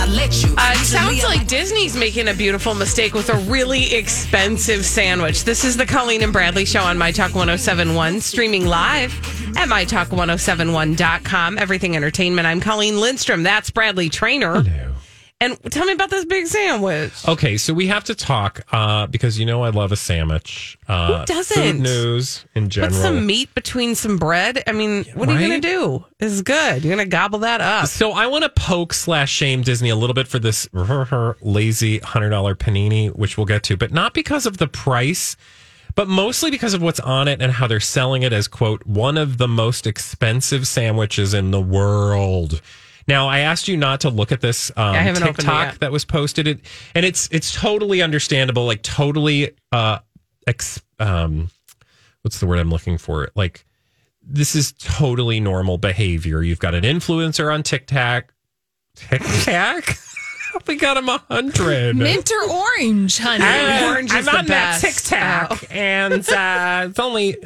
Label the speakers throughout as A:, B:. A: I let you.
B: Uh, it sounds like Disney's making a beautiful mistake with a really expensive sandwich. This is the Colleen and Bradley show on My Talk 1071, streaming live at MyTalk1071.com. Everything Entertainment. I'm Colleen Lindstrom. That's Bradley Trainer. And tell me about this big sandwich.
C: Okay, so we have to talk uh, because you know I love a sandwich. Uh,
B: doesn't?
C: Food news in general.
B: Put some meat between some bread. I mean, what are you going
C: right?
B: to do? This is good. You're going to gobble that up.
C: So I want to poke slash shame Disney a little bit for this lazy hundred dollar panini, which we'll get to, but not because of the price, but mostly because of what's on it and how they're selling it as quote one of the most expensive sandwiches in the world. Now I asked you not to look at this um,
B: I haven't opened it
C: TikTok
B: yet.
C: that was posted, it, and it's it's totally understandable, like totally uh, ex- um, what's the word I'm looking for? Like this is totally normal behavior. You've got an influencer on TikTok. TikTok? we got him a hundred.
A: mint or orange, honey.
C: And
B: orange
C: I'm
B: is the
C: on that
B: best. Oh.
C: TikTok, and uh, it's only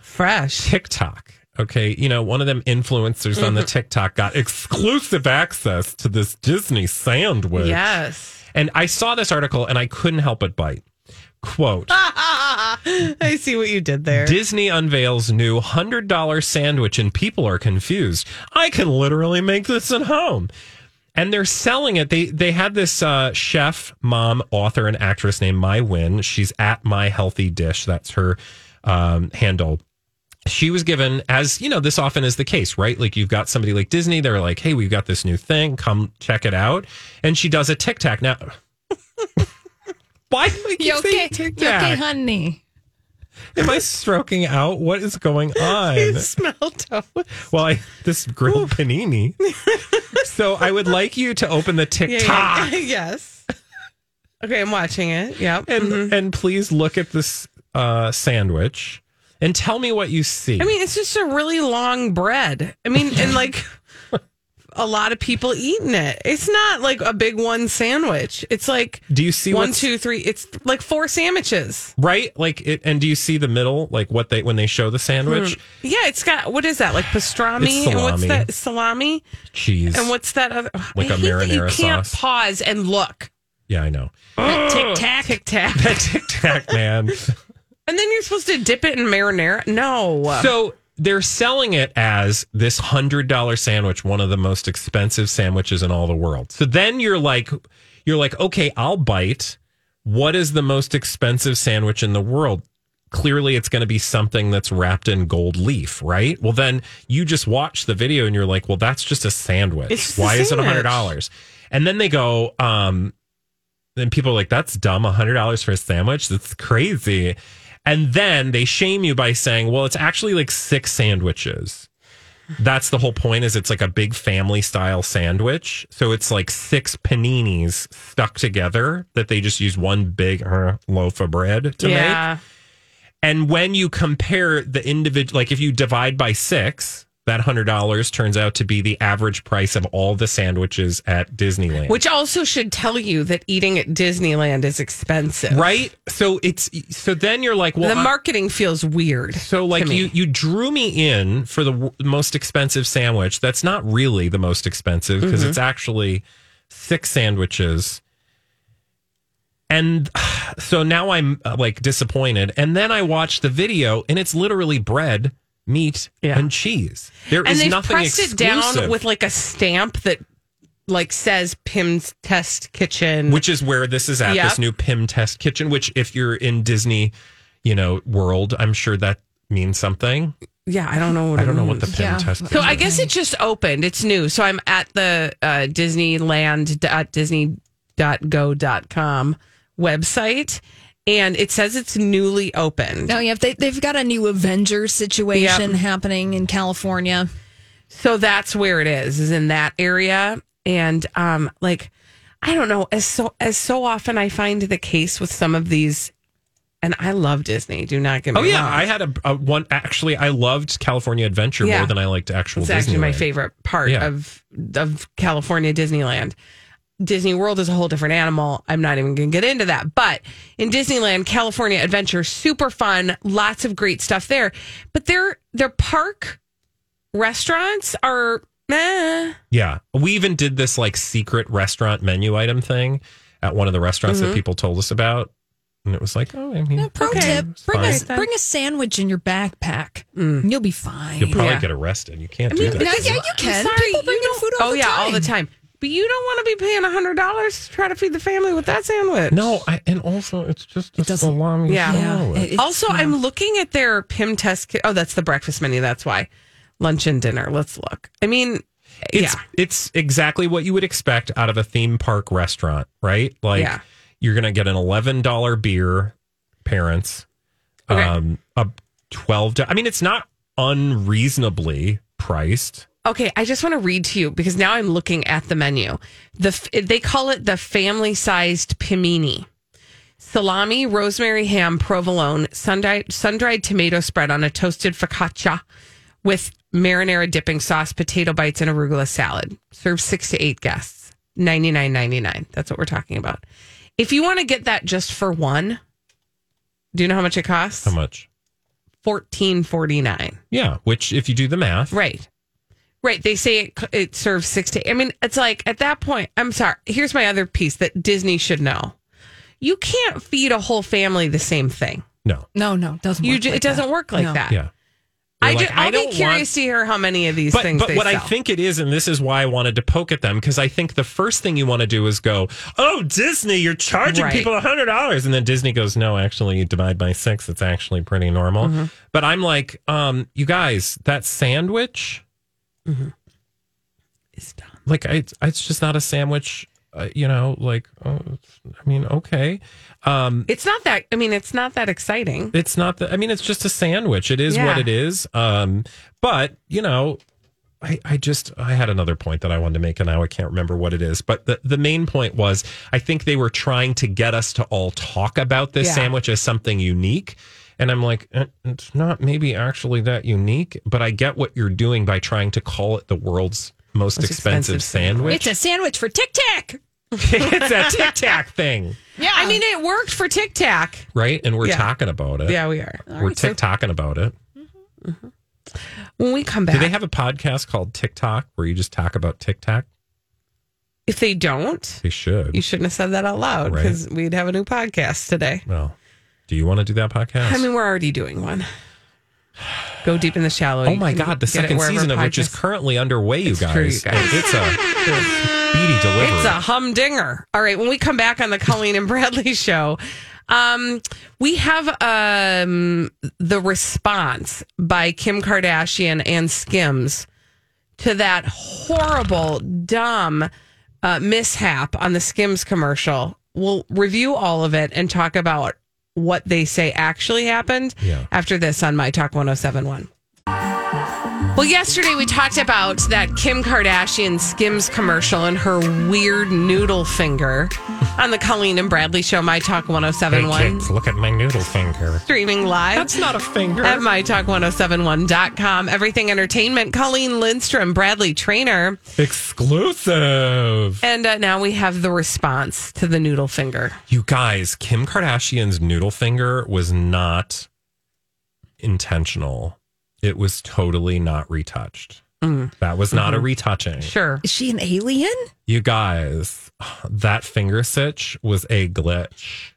B: Fresh.
C: TikTok. Okay, you know, one of them influencers on the
B: Mm-hmm.
C: TikTok got exclusive access to this Disney sandwich.
B: Yes.
C: And I saw this article and I couldn't help but bite. Quote
B: I see what you did there.
C: Disney unveils new $100 sandwich and people are confused. I can literally make this at home. And they're selling it. They they had this uh, chef, mom, author, and actress named Mai Win. She's at My Healthy Dish. That's her um, handle. She was given, as you know, this often is the case, right? Like you've got somebody like Disney. They're like, "Hey, we've got this new thing. Come check it out." And she does a tic tac now. Why do we keep
A: You okay?
C: saying tic
A: You okay,
C: tac?
A: honey?
C: Am I stroking out? What is going on?
B: Smell toast.
C: Well, I, this grilled panini. so I would like you to open the
B: Yeah,
C: TikTok
B: yeah, yeah. yes. Okay, I'm watching it. Yep.
C: and and please look at this uh, sandwich and tell me what you see.
B: I mean, it's just a really long bread. I mean, and like a lot of people eating it. It's not like a big one sandwich. It's like
C: do you see
B: one,
C: what's-
B: two, three. It's like four sandwiches.
C: right? Like it, and do you see the middle? Like what they when they show the sandwich
B: Yeah, it's got what is that like pastrami
C: It's
B: and what's
C: salami.
B: that salami
C: cheese?
B: and what's that other
C: Like
B: I
C: a
B: hate that You
C: marinara
B: can't
C: sauce.
B: pause and look.
C: yeah, I know.
B: Tic tac, tic tac,
C: Tic Tac man.
B: and then you're supposed to dip it in marinara. No,
C: So they're selling it as this hundred dollar sandwich, one of the most expensive sandwiches in all the world. So then you're like, you're like, okay, I'll bite. What is the most expensive sandwich in the world? Clearly, it's going to be something that's wrapped in gold leaf, right? Well, then you just watch the video and you're like, well, that's just a sandwich.
B: It's just a
C: Why is it
B: sandwich.
C: hundred dollars? And then they go, um, then people are like, that's dumb. $100 for a sandwich? That's crazy. And then they shame you by saying, well, it's actually like six sandwiches. That's the whole point is it's like a big family style sandwich. So it's like six paninis stuck together that they just use one big uh, loaf of bread to make.
B: yeah.
C: And when you compare the individual, like if you divide by six, that $100 turns out to be the average price of all the sandwiches at Disneyland.
B: Which also should tell you that eating at Disneyland is expensive.
C: right so it's so then you're like well
B: the
C: I-
B: marketing feels weird.
C: so like
B: to me.
C: you you drew me in for the w- most expensive sandwich that's not really the most expensive because
B: Mm-hmm.
C: it's actually six sandwiches and so now i'm uh, like disappointed and then i watch the video and it's literally bread meat
B: Yeah.
C: and cheese There is
B: and they've
C: nothing
B: pressed
C: exclusive
B: it down with like a stamp that like says Pim's Test Kitchen.
C: which is where this is at
B: Yep.
C: this new pim test kitchen which if you're in disney you know world i'm sure that means something
B: yeah, I don't know what
C: i don't know what the
B: means.
C: pim test
B: So I guess it just opened. It's new. So I'm at the uh, Disneyland at Disney.go.com website, and it says it's newly opened.
A: No, yeah. They, they've got a new Avengers situation
B: Yep.
A: happening in California.
B: So that's where it is, is in that area. and um, like I don't know. As so as so often, I find the case with some of these, and I love Disney. Do not get me
C: Oh yeah,
B: wrong.
C: I had a, a one. Actually, I loved California Adventure
B: Yeah.
C: more than I liked actual.
B: It's actually my
C: Disneyland.
B: favorite part
C: Yeah.
B: of of California Disneyland. Disney World is a whole different animal. I'm not even going to get into that. But in Disneyland, California Adventure, super fun, lots of great stuff there. But their their park restaurants are meh.
C: Yeah, we even did this like secret restaurant menu item thing at one of the restaurants
B: Mm-hmm.
C: that people told us about, and it was like, oh, I mean,
A: No, pro
C: okay,
A: tip:
C: it's
A: bring
C: fine.
A: a bring a sandwich in your backpack. and You'll be fine.
C: You'll probably
B: Yeah.
C: get arrested. You can't do
A: no,
C: that.
A: yeah, you
B: I'm
A: can.
B: sorry,
A: People bring
B: you
A: their
B: don't-
A: food all
B: oh
A: the
B: yeah, all the
A: time.
B: time. But you don't want to be paying hundred dollars to try to feed the family with that sandwich.
C: No, I, and also it's just a
A: doesn't-
C: salami.
B: Yeah.
A: Yeah,
C: sandwich.
A: it- it's-
B: also,
A: yeah.
B: I'm looking at their Pim test kit. Oh, that's the breakfast menu. That's why. Lunch and dinner. Let's look. I mean,
C: it's
B: yeah.
C: it's exactly what you would expect out of a theme park restaurant, right? Like
B: Yeah.
C: you're gonna get an eleven dollar beer, parents,
B: Okay.
C: um, a twelve. I mean, it's not unreasonably priced.
B: Okay, I just want to read to you because now I'm looking at the menu. The f- they call it the family-sized pimini. Salami, rosemary ham, provolone, sun-dried, sun-dried tomato spread on a toasted focaccia with marinara dipping sauce, potato bites, and arugula salad. Serve six to eight guests. Ninety-nine, ninety-nine. That's what we're talking about. If you want to get that just for one, do you know how much it costs?
C: How much?
B: Fourteen forty-nine.
C: Yeah, which if you do the math,
B: Right. Right. They say it, it serves six to. I mean, it's like at that point, I'm sorry. Here's my other piece that Disney should know. You can't feed a whole family the same thing.
C: No,
A: No, no, it doesn't.
B: You
A: work
B: ju-
A: like
B: it doesn't
A: that.
B: work like
A: No.
B: that.
C: yeah.
B: I,
C: They're
B: ju-
C: like,
B: I'll be
C: don't
B: curious
C: want-
B: to hear how many of these
C: But,
B: things.
C: but
B: they
C: what I
B: sell.
C: think it is, and this is why I wanted to poke at them, because I think the first thing you want to do is go, "Oh, Disney, you're charging
B: Right.
C: people hundred dollars," and then Disney goes, "No, actually, you divide by six. It's actually pretty normal."
B: Mm-hmm.
C: But I'm like, um, "You guys, that sandwich,
B: Mm-hmm. It's dumb.
C: like, I, it's just not a sandwich." Uh, you know, like, oh, it's- I mean, okay, um,
B: It's not that. I mean, it's not that exciting.
C: it's not the. I mean, it's just a sandwich. It is what
B: Yeah.
C: it is. Um, but you know, I, I just I had another point that I wanted to make, and now I can't remember what it is. But the, the main point was I think they were trying to get us to all talk about this
B: Yeah.
C: sandwich as something unique. And I'm like, "Eh, it's not maybe actually that unique, but I get what you're doing by trying to call it the world's most,
B: Most expensive
C: expensive,
A: It's
C: sandwich.
A: a sandwich for Tic Tac.
C: It's a, Tic Tac thing,
A: Yeah,
B: I mean, it worked for Tic Tac.
C: right? And we're
B: Yeah.
C: talking about it.
B: Yeah, we are.
C: we're tick tocking about it.
B: When we come
C: Do
B: back,
C: they have a podcast called TikTok where you just talk about TikTok?
B: if they don't,
C: They should.
B: you shouldn't have said that out loud
C: Right.
B: because we'd have a new podcast today.
C: well, do you want to do that podcast?
B: I mean, we're already doing one. Go deep in the shallow.
C: oh
B: You
C: my
B: can
C: God, the
B: get it
C: second
B: wherever
C: season of which is
B: podcasts-
C: currently underway, you
B: It's true, you
C: guys.
B: guys.
C: And it's a speedy delivery.
B: It's a humdinger. All right, when we come back on the Colleen and Bradley show, um, we have um, the response by Kim Kardashian and Skims to that horrible, dumb uh, mishap on the Skims commercial. We'll review all of it and talk about what they say actually happened
C: Yeah.
B: after this on My Talk 1071. Well, yesterday we talked about that Kim Kardashian Skims commercial and her weird noodle finger on the Colleen and Bradley show, My Talk
C: Hey,
B: 1071,
C: kids, look at my noodle finger.
B: streaming live
C: That's not a finger.
B: at mytalk1071.com. Everything Entertainment, Colleen Lindstrom, Bradley Trainer.
C: Exclusive.
B: And uh, now we have the response to the noodle finger.
C: You guys, Kim Kardashian's noodle finger was not intentional. It was totally not retouched.
B: Mm.
C: That was not a
B: Mm-hmm.
C: retouching.
B: Sure.
A: is she an alien?
C: You guys, that finger sitch was a glitch.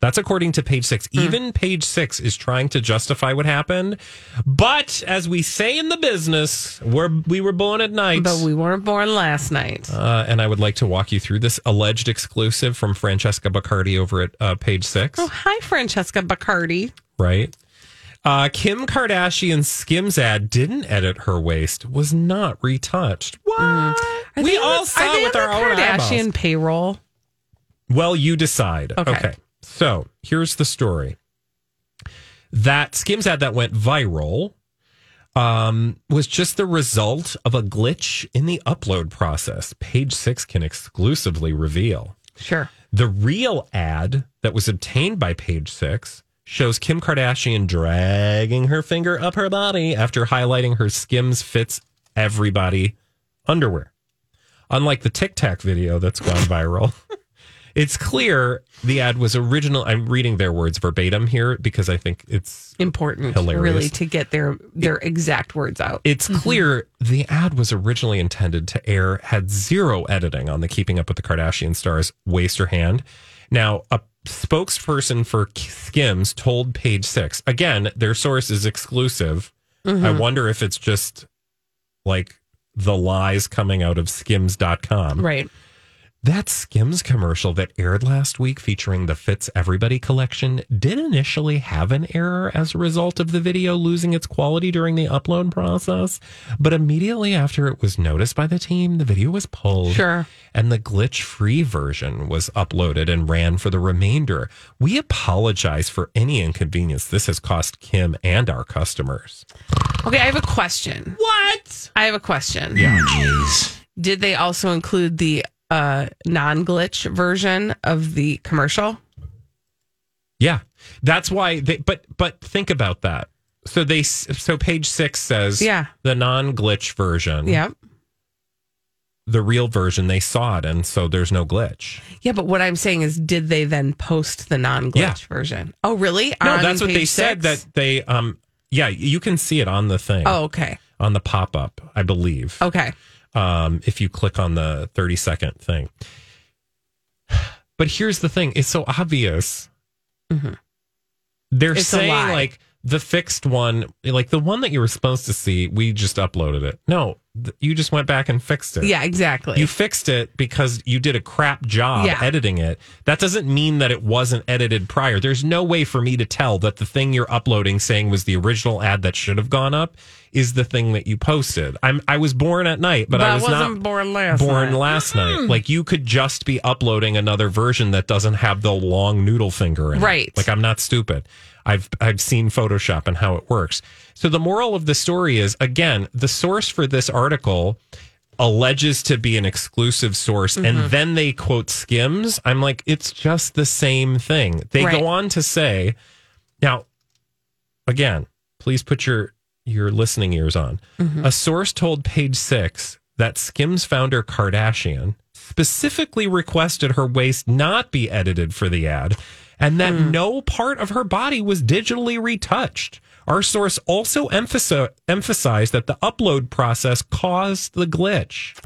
C: That's according to page six.
B: Hmm.
C: Even page six is trying to justify what happened. But as we say in the business, we're, we were born at night.
B: But we weren't born last night.
C: uh, and I would like to walk you through this alleged exclusive from Francesca Bacardi over at uh, page six.
B: Oh, hi, Francesca Bacardi.
C: right? Uh, Kim Kardashian's Skims ad didn't edit her waist, was not retouched. What?
B: Are
C: We
B: they on
C: all
B: the-
C: saw
B: are they
C: with
B: on
C: our own
B: the
C: eyeballs.
B: Kardashian payroll.
C: Well, you decide.
B: Okay.
C: So here's the story that Skims ad that went viral um, was just the result of a glitch in the upload process. Page six can exclusively reveal.
B: Sure.
C: The real ad that was obtained by page six shows Kim Kardashian dragging her finger up her body after highlighting her Skims Fits Everybody underwear. Unlike the Tic Tac video that's gone viral, it's clear the ad was original. I'm reading their words verbatim here because I think it's
B: Important,
C: Hilarious.
B: really, to get their their exact words out.
C: it's clear the ad was originally intended to air had zero editing on the keeping up with the kardashian stars waist or hand now a spokesperson for skims told page six again their source is exclusive i wonder if it's just like the lies coming out of skims.com
B: right.
C: that Skims commercial that aired last week featuring the Fits Everybody collection did initially have an error as a result of the video losing its quality during the upload process, but immediately after it was noticed by the team, the video was pulled
B: Sure.
C: and the glitch free version was uploaded and ran for the remainder. We apologize for any inconvenience this has cost Kim and our customers.
B: Okay, I have a question.
C: What?
B: I have a question. Yeah.
C: Oh,
B: Did they also include the uh, non glitch version of the commercial?
C: Yeah, that's why. They, but but think about that. So they s- so page six says
B: Yeah.
C: the non glitch version
B: Yeah.
C: the real version they saw it and so there's no glitch
B: Yeah, but what I'm saying is, did they then post the non glitch
C: Yeah.
B: version? Oh, really?
C: no
B: On
C: that's what
B: page
C: they said
B: six?
C: that they um yeah you can see it on the thing
B: Oh, okay.
C: on the pop up I believe Oh.
B: Okay.
C: um, if you click on the 30 second thing. But here's the thing it's so obvious. Mm-hmm. They're
B: It's a
C: saying,
B: lie.
C: like, the fixed one, like the one that you were supposed to see, we just uploaded it. No, th- you just went back and fixed it.
B: Yeah, exactly.
C: You fixed it because you did a crap job
B: Yeah.
C: editing it. That doesn't mean that it wasn't edited prior. There's no way for me to tell that the thing you're uploading saying was the original ad that should have gone up is the thing that you posted. I'm I was born at night, but,
B: but
C: I was
B: wasn't
C: not
B: born last.
C: born
B: night. Mm-hmm.
C: last night. Like you could just be uploading another version that doesn't have the long noodle finger in it.
B: Right.
C: Like I'm not stupid. I've I've seen Photoshop and how it works. So the moral of the story is again, the source for this article alleges to be an exclusive source and
B: Mm-hmm.
C: then they quote skims. I'm like, it's just the same thing. They
B: Right.
C: go on to say now again, please put your your listening ears on.
B: Mm-hmm.
C: A source told Page Six that Skims founder Kardashian specifically requested her waist not be edited for the ad, and that
B: Hmm.
C: no part of her body was digitally retouched. Our source also emphasi- emphasized that the upload process caused the glitch.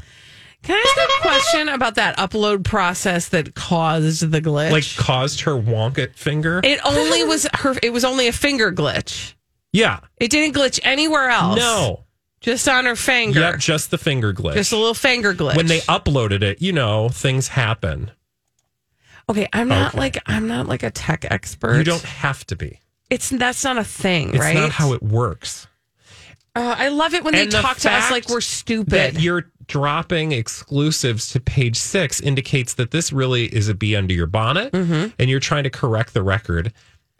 B: Can I ask a question about that upload process that caused the glitch?
C: Like caused her wonket finger.
B: it only was her. It was only a finger glitch.
C: yeah.
B: It didn't glitch anywhere else.
C: No.
B: just on her finger.
C: Yep, just the finger glitch.
B: just a little finger glitch.
C: when they uploaded it, you know, things happen.
B: okay, I'm not
C: Okay.
B: like I'm not like a tech expert.
C: You don't have to be.
B: It's that's not a thing,
C: It's
B: right?
C: not how it works.
B: Uh, I love it when they
C: And the
B: talk to us
C: fact
B: like we're stupid.
C: That you're dropping exclusives to page six indicates that this really is a bee under your bonnet
B: Mm-hmm.
C: and you're trying to correct the record.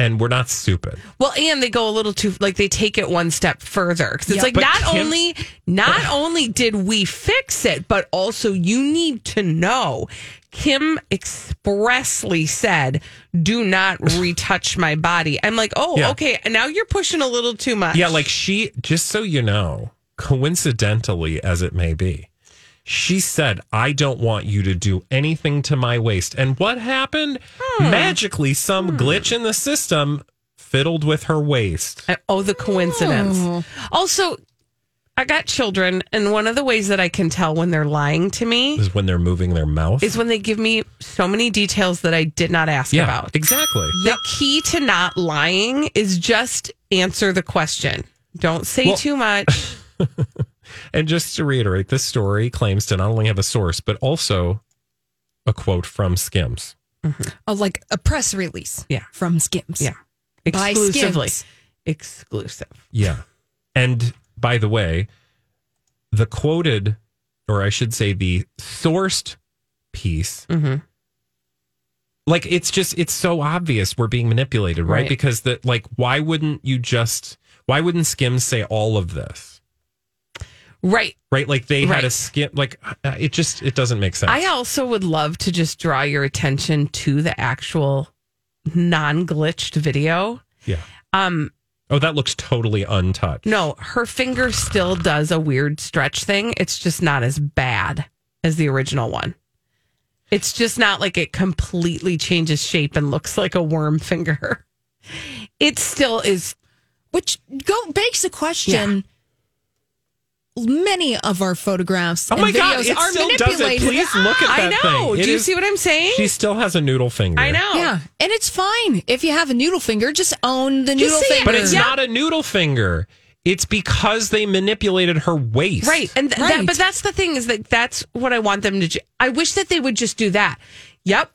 C: And we're not stupid.
B: Well, and they go a little too like they take it one step further because it's like
C: But
B: not
C: Kim-
B: only not only did we fix it, but also you need to know. Kim expressly said, "Do not retouch my body." I'm like, oh,
C: Yeah.
B: okay. Now you're pushing a little too much.
C: Yeah, like she, just so you know, coincidentally as it may be, she said, I don't want you to do anything to my waist. And what happened?
B: Hmm.
C: Magically, some glitch in the system fiddled with her waist.
B: I- Oh, the coincidence.
C: Oh.
B: Also, I got children, and one of the ways that I can tell when they're lying to me
C: Is when they're moving their mouth.
B: is when they give me so many details that I did not ask
C: yeah,
B: about.
C: exactly.
B: The key to not lying is just answer the question. Don't say
C: Well-
B: too much.
C: And just to reiterate, this story claims to not only have a source, but also a quote from Skims.
A: Oh, like a press release.
B: Yeah.
A: From Skims.
B: Yeah.
A: By
B: Exclusively.
A: Skims.
B: Exclusive.
C: Yeah. And by the way, the quoted, or I should say, the sourced piece, like it's just, it's so obvious we're being manipulated, right?
B: Right.
C: Because that, like, why wouldn't you just. Why wouldn't Skims say all of this?
B: Right.
C: Right? Like they had a
B: Right.
C: skim. Like uh, it just it doesn't make sense.
B: I also would love to just draw your attention to the actual non glitched video.
C: yeah.
B: Um,
C: Oh, that looks totally untouched.
B: no, her finger still does a weird stretch thing. It's just not as bad as the original one. It's just not like it completely changes shape and looks like a worm finger. It still is
A: Which go begs the question. Many of our photographs
C: Oh
A: and
C: my god!
A: videos
C: It
A: are
C: still does it.
A: manipulated.
C: Please look at
B: I
C: that
B: know.
C: thing. It
B: Do you
C: is-
B: see what I'm saying?
C: She still has a noodle finger.
B: I know.
A: Yeah, and it's fine if you have a noodle finger. Just own the noodle
B: Just say it.
A: finger.
C: But it's
B: Yeah.
C: not a noodle finger. It's because they manipulated her waist.
B: Right. And th-
A: Right.
B: That, but that's the thing is that that's what I want them to do. I wish that they would just do that. Yep.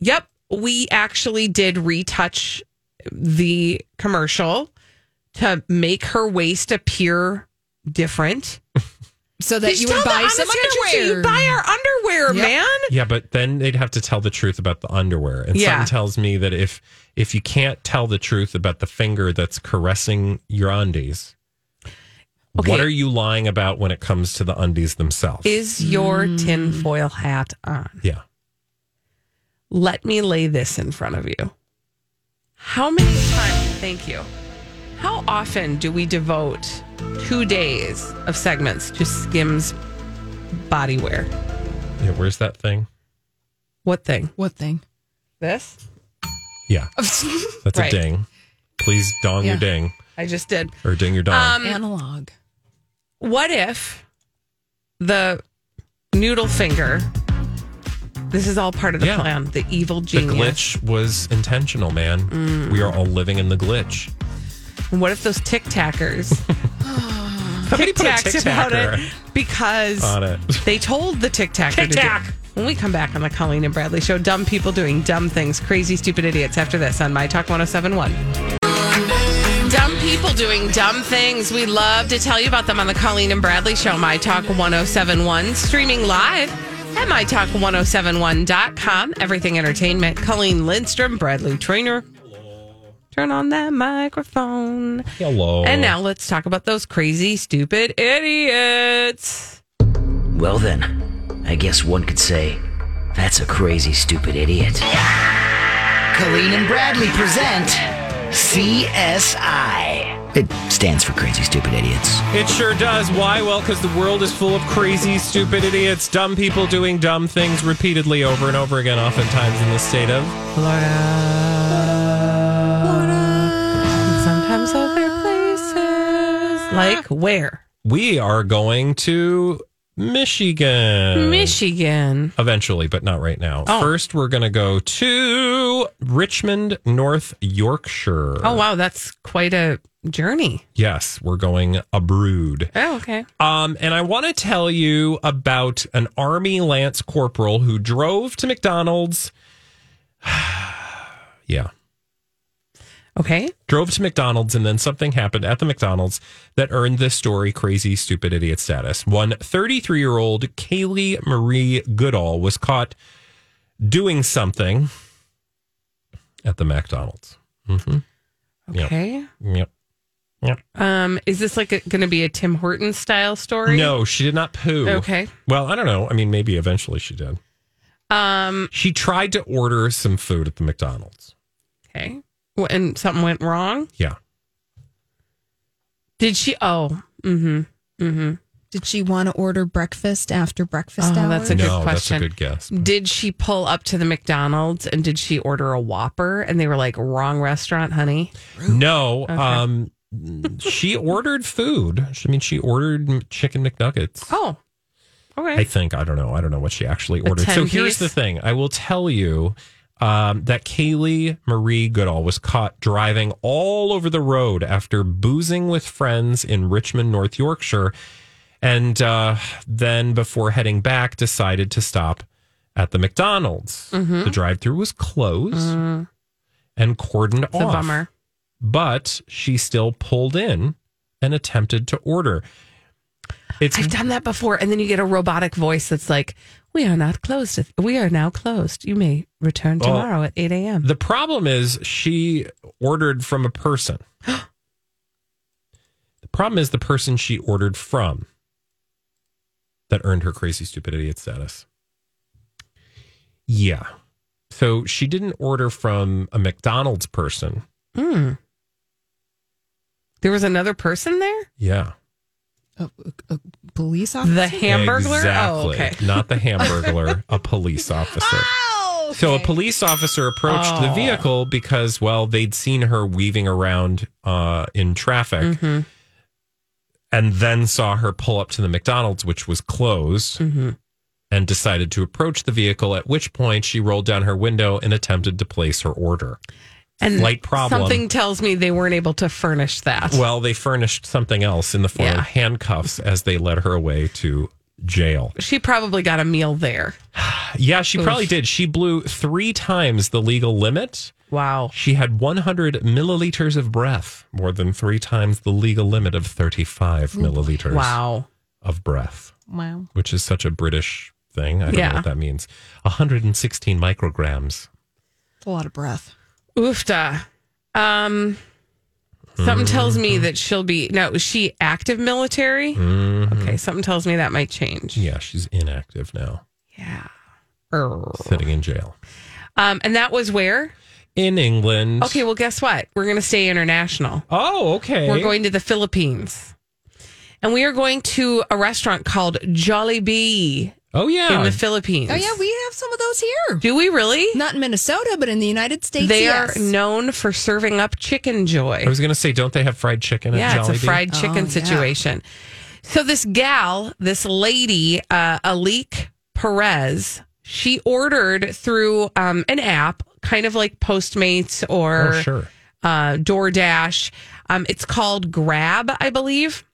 B: Yep. We actually did retouch the commercial to make her waist appear different.
A: so that you would
B: Tell the
A: buy
B: honest
A: some
B: truth,
A: underwear.
B: You buy our underwear,
A: Yep.
B: man.
C: Yeah, but then they'd have to tell the truth about the underwear. And
B: Yeah.
C: something tells me that if if you can't tell the truth about the finger that's caressing your undies, what
B: Okay.
C: are you lying about when it comes to the undies themselves?
B: Is your
C: Mm.
B: tinfoil hat on?
C: yeah.
B: let me lay this in front of you. How many times, thank you. How often do we devote two days of segments to Skim's body wear?
C: Yeah, where's that thing?
B: What thing?
A: what thing?
B: This?
C: Yeah. That's
B: Oh, Right.
C: a ding. Please dong your
A: Yeah.
C: ding
B: I just did.
C: or ding your dong.
B: Um,
A: Analog.
B: what if the noodle finger, this is all part of the
C: Yeah.
B: plan, the evil
C: the
B: genius.
C: glitch was intentional, man.
B: Mm.
C: We are all living in the glitch.
B: And what if those tic tackers
C: Somebody
B: tic
C: put a
B: tacs about it
C: tic-tacker
B: because
C: on it.
B: They told the Tic Tac.
C: Tic Tac.
B: When we come back on the Colleen and Bradley show, dumb people doing dumb things, crazy, stupid idiots after this on My Talk 1071. Dumb people doing dumb things. We love to tell you about them on the Colleen and Bradley show, My Talk 1071, streaming live at MyTalk1071.com. Everything Entertainment. Colleen Lindstrom, Bradley Trainer. Turn on that microphone.
C: Hello.
B: And now let's talk about those crazy, stupid idiots.
D: Well, then, I guess one could say that's a crazy, stupid idiot. Colleen and Bradley present CSI. It stands for Crazy, Stupid Idiots.
C: It sure does. Why? Well, because the world is full of crazy, stupid idiots, dumb people doing dumb things repeatedly over and over again, oftentimes in the state of.
B: And sometimes other places. Like where?
C: We are going to Michigan.
B: Michigan.
C: Eventually, but not right now.
B: Oh.
C: First, we're going to go to Richmond, North Yorkshire.
B: Oh wow, that's quite a journey.
C: Yes, we're going abroad.
B: Oh, okay.
C: Um, and I want to tell you about an Army Lance Corporal who drove to McDonald's. yeah.
B: Okay.
C: drove to McDonald's, and then something happened at the McDonald's that earned this story crazy, stupid idiot status. One 33 year old Kaylee Marie Goodall was caught doing something at the McDonald's. Yep.
B: Okay.
C: Yep. Yep.
B: Um, is this like going to be a Tim Horton style story?
C: No, she did not poo.
B: Okay.
C: Well, I don't know. I mean, maybe eventually she did.
B: Um.
C: She tried to order some food at the McDonald's.
B: Okay. Wh- And something went wrong.
C: Yeah.
B: Did she? Oh. Mm-hmm. Mm-hmm.
A: Did she want to order breakfast after breakfast
B: Oh,
A: hour?
B: that's a good
C: no, that's a
B: question.
C: good guess.
B: Did she pull up to the McDonald's and did she order a Whopper? And they were like, "Wrong restaurant, honey."
C: No. Um, she ordered food. I mean, she ordered chicken McNuggets.
B: Oh. Okay.
C: I think I don't know. I don't know what she actually ordered.
B: 10
C: So here's
B: piece?
C: the thing. I will tell you um, that Kaylee Marie Goodall was caught driving all over the road after boozing with friends in Richmond, North Yorkshire, and uh, then before heading back, decided to stop at the McDonald's.
B: Mm-hmm.
C: The drive-through was closed and cordoned
B: It's a
C: off
B: bummer.
C: but she still pulled in and attempted to order. It's
B: I've done that before, and then you get a robotic voice that's like, "We are not closed. We are now closed. You may return
C: Well-
B: tomorrow at eight a.m."
C: the problem is she ordered from a person. Problem is the person she ordered from that earned her crazy stupid idiot status. Yeah. So she didn't order from a McDonald's person.
B: There was another person there?
C: Yeah.
A: A, a- a police officer.
B: The Hamburglar?
C: Exactly.
B: Oh, okay.
C: Not the hamburglar, a police officer.
A: Oh,
C: So a police officer approached the vehicle because, well, they'd seen her weaving around uh, in traffic and then saw her pull up to the McDonald's, which was closed, and decided to approach the vehicle, at which point she rolled down her window and attempted to place her order.
B: And
C: Light problem.
B: something tells me they weren't able to furnish that.
C: Well, they furnished something else in the form
B: Yeah.
C: of handcuffs as they led her away to jail.
B: she probably got a meal there.
C: Yeah, she probably did. She blew three times the legal limit.
B: Wow.
C: She had 100 milliliters of breath, more than three times the legal limit of 35 milliliters
B: Wow.
C: of breath,
A: wow.
C: which is such a British thing. I don't
B: Yeah.
C: know what that means. 116 micrograms.
A: It's a lot of breath.
B: Oofta. Um,
C: Mm-hmm.
B: something tells me that she'll be no. Is she active military? Okay. Something tells me that might change.
C: Mm-hmm. Yeah, she's inactive now,
B: Yeah. Err.
C: sitting in jail.
B: Um, and that was where.
C: In England.
B: Okay. Well, guess what? We're going to stay international.
C: Oh, okay.
B: We're going to the Philippines, and we are going to a restaurant called Jolly Bee
C: oh, yeah.
B: in the Philippines.
A: Oh yeah, we have some of those here.
B: do we really?
A: Not in Minnesota, but in the United States.
B: They
A: yes.
B: are known for serving up chicken joy.
C: I was going to say, don't they have fried chicken
B: Yeah,
C: at Jollibee?
B: it's a fried chicken
A: Oh, yeah.
B: situation. So this gal, this lady, uh, Alik Perez, she ordered through um, an app, kind of like Postmates or
C: Oh, sure.
B: uh, DoorDash. Um, it's called Grab, I believe.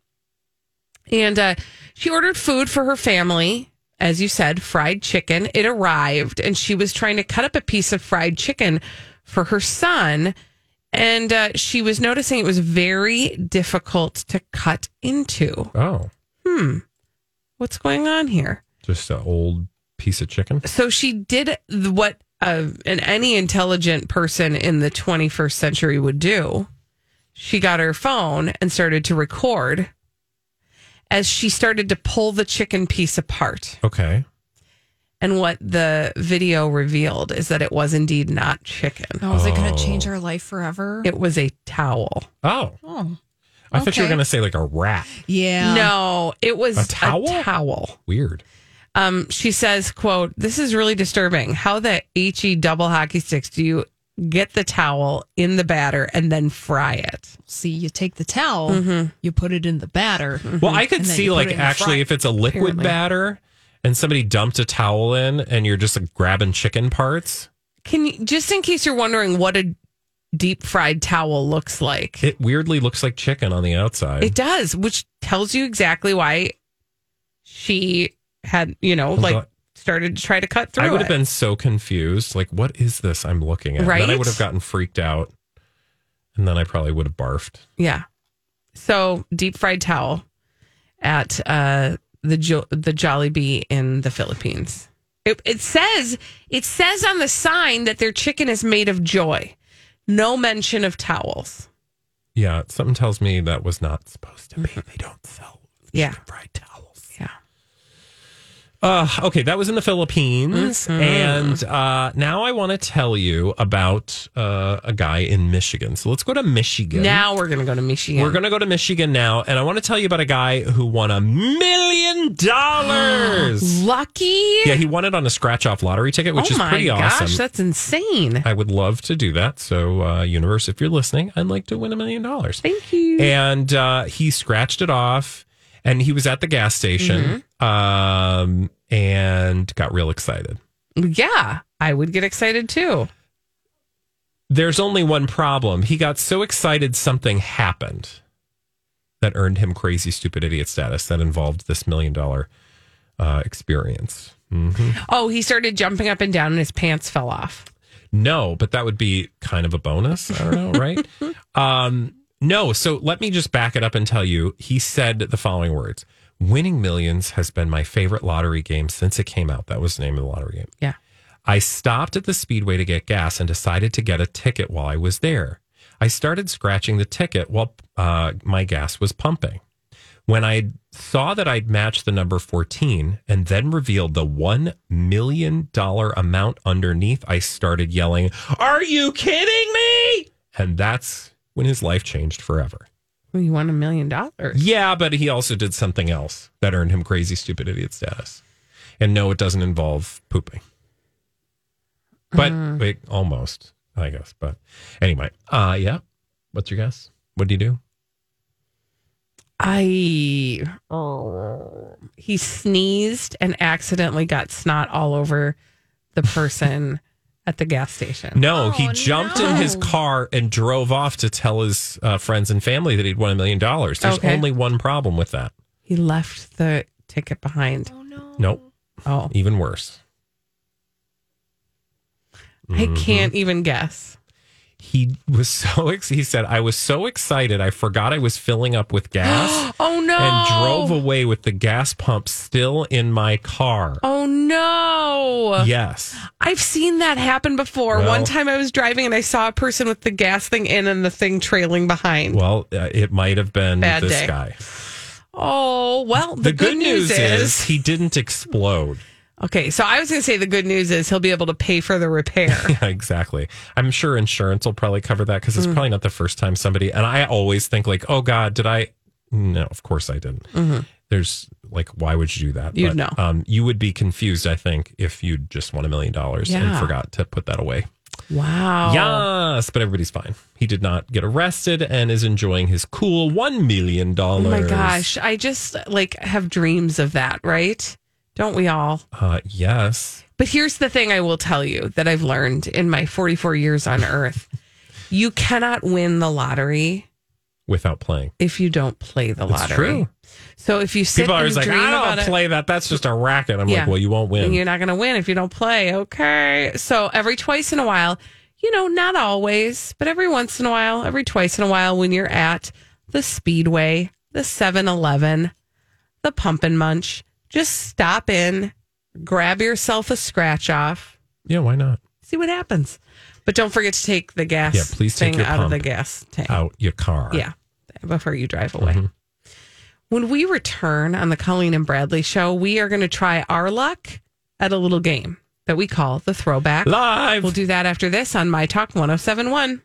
B: And uh, she ordered food for her family, as you said, fried chicken. It arrived, and she was trying to cut up a piece of fried chicken for her son. And uh, she was noticing it was very difficult to cut into.
C: Oh,
B: What's going on here?
C: just an old piece of chicken.
B: So she did th- what uh, an any intelligent person in the 21st century would do. She got her phone and started to record as she started to pull the chicken piece apart.
C: Okay.
B: And what the video revealed is that it was indeed not chicken.
A: Oh, is it going
C: Oh.
A: to change our life forever?
B: It was a towel.
C: Oh,
A: oh,
C: I thought you were
A: Okay.
C: going to say like a rat.
A: yeah.
B: No, it was
C: A
B: a
C: towel?
B: towel. towel.
C: Weird.
B: Um, she says, "quote This is really disturbing. How the he double hockey sticks do you get the towel in the batter and then fry it?"
A: See, you take the towel, you put it in the batter.
C: Well, I could
A: Mm-hmm. And then
C: see
A: you put
C: like
A: it in the
C: actually
A: fry,
C: if it's a liquid
A: apparently.
C: batter and somebody dumped a towel in and you're just like, grabbing chicken parts,
B: Can you, just in case you're wondering what a deep fried towel looks like, it,
C: it weirdly looks like chicken on the outside.
B: does, which tells you exactly why she had, you know,
C: Hold on.
B: like started to try to cut through.
C: I would
B: it.
C: have been so confused. Like, what is this I'm looking at? And then I
B: Right?
C: would have gotten freaked out. And then I probably would have barfed.
B: yeah. So deep fried towel at uh, the jo- the Jollibee in the Philippines. It, it says it says on the sign that their chicken is made of joy. No mention of towels.
C: Yeah, something tells me that was not supposed to be. They don't sell
B: Mm-hmm. Yeah.
C: chicken fried towels.
B: Yeah.
C: Uh, okay, that was in the Philippines.
B: Mm-hmm.
C: And uh, now I want to tell you about uh, a guy in Michigan. So let's go to Michigan.
B: Now we're gonna go to Michigan.
C: We're going to go to Michigan now. And I want to tell you about a guy who won a million dollars.
B: lucky.
C: Yeah, he won it on a scratch off lottery ticket, which
B: oh
C: is
B: my
C: pretty
B: gosh,
C: awesome.
B: that's insane.
C: I would love to do that. So, uh, universe, if you're listening, I'd like to win a million dollars.
B: Thank you.
C: and uh, he scratched it off and he was at the gas station um, and got real excited.
B: Yeah, I would get excited too.
C: There's only one problem. He got so excited, something happened that earned him crazy, stupid idiot status that involved this million dollar uh, experience. Mhm.
B: Oh, he started jumping up and down and his pants fell off.
C: No, but that would be kind of a bonus. I don't know, right? um, no, so let me just back it up and tell you. He said the following words Winning millions has been my favorite lottery game since it came out. That was the name of the lottery game.
B: Yeah.
C: I stopped at the speedway to get gas and decided to get a ticket while I was there. I started scratching the ticket while uh, my gas was pumping. When I saw that I'd matched the number 14 and then revealed the $1 million amount underneath, I started yelling, Are you kidding me? And that's when his life changed forever.
B: Well, you won a million dollars.
C: Yeah, but he also did something else that earned him crazy, stupid idiot status. And no, it doesn't involve pooping. But
B: Mm.
C: wait, almost, I guess. But anyway, uh, yeah. What's your guess? What do you do?
B: I. Oh. He sneezed and accidentally got snot all over the person at the gas station.
C: No, he jumped in his car and drove off to tell his uh, friends and family that he'd won a million dollars. There's
B: Okay.
C: only one problem with that.
B: He left the ticket behind.
C: Nope.
B: Oh,
C: Even worse. Mm-hmm.
B: I can't even guess.
C: He was so ex- he said I was so excited I forgot I was filling up with gas.
B: Oh no!
C: and drove away with the gas pump still in my car.
B: Oh no!
C: Yes.
B: I've seen that happen before.
C: Well-
B: One time I was driving and I saw a person with the gas thing in and the thing trailing behind.
C: Well, uh, it might have been
B: Bad
C: this
B: day.
C: guy.
B: Oh, well, the, good, news, is,
C: he didn't explode.
B: Okay, so I was going to say the good news is he'll be able to pay for the repair.
C: Yeah, exactly. I'm sure insurance will probably cover that because it's
B: Hmm.
C: probably not the first time somebody. And I always think like, oh God, did I? No, of course I didn't. There's like, why would you do that?
B: Mm-hmm. You'd know.
C: Um, you would be confused, I think, if you just won a million dollars and
B: Yeah.
C: forgot to put that away.
B: wow.
C: Yes, but everybody's fine. He did not get arrested and is enjoying his cool one million
B: Oh
C: dollars.
B: my gosh, I just like have dreams of that, right? Don't we all?
C: Uh, yes.
B: But here's the thing I will tell you that I've learned in my 44 years on earth. You cannot win the lottery
C: Without playing,
B: if you don't play the
C: It's
B: lottery.
C: true.
B: So if you sit
C: people are
B: and
C: always like,
B: dream
C: "I
B: about
C: don't
B: it,
C: play that. That's just a racket." I'm
B: Yeah.
C: like, "Well, you won't win."
B: you're not going to win if you don't play. Okay. So every twice in a while, you know, not always, but every once in a while, every twice in a while, when you're at the Speedway, the 7 Eleven, the Pumpin' Munch, just stop in, grab yourself a scratch off,
C: yeah, why not?
B: see what happens. But don't forget to take the gas
C: Yeah, please take
B: thing
C: your
B: out of the
C: pump
B: gas tank.
C: Out your car.
B: Yeah, before you drive away. When we return on the Colleen and Bradley show, we are going to try our luck at a little game that we call the throwback.
C: live.
B: oh We'll do that after this on My Talk 1071.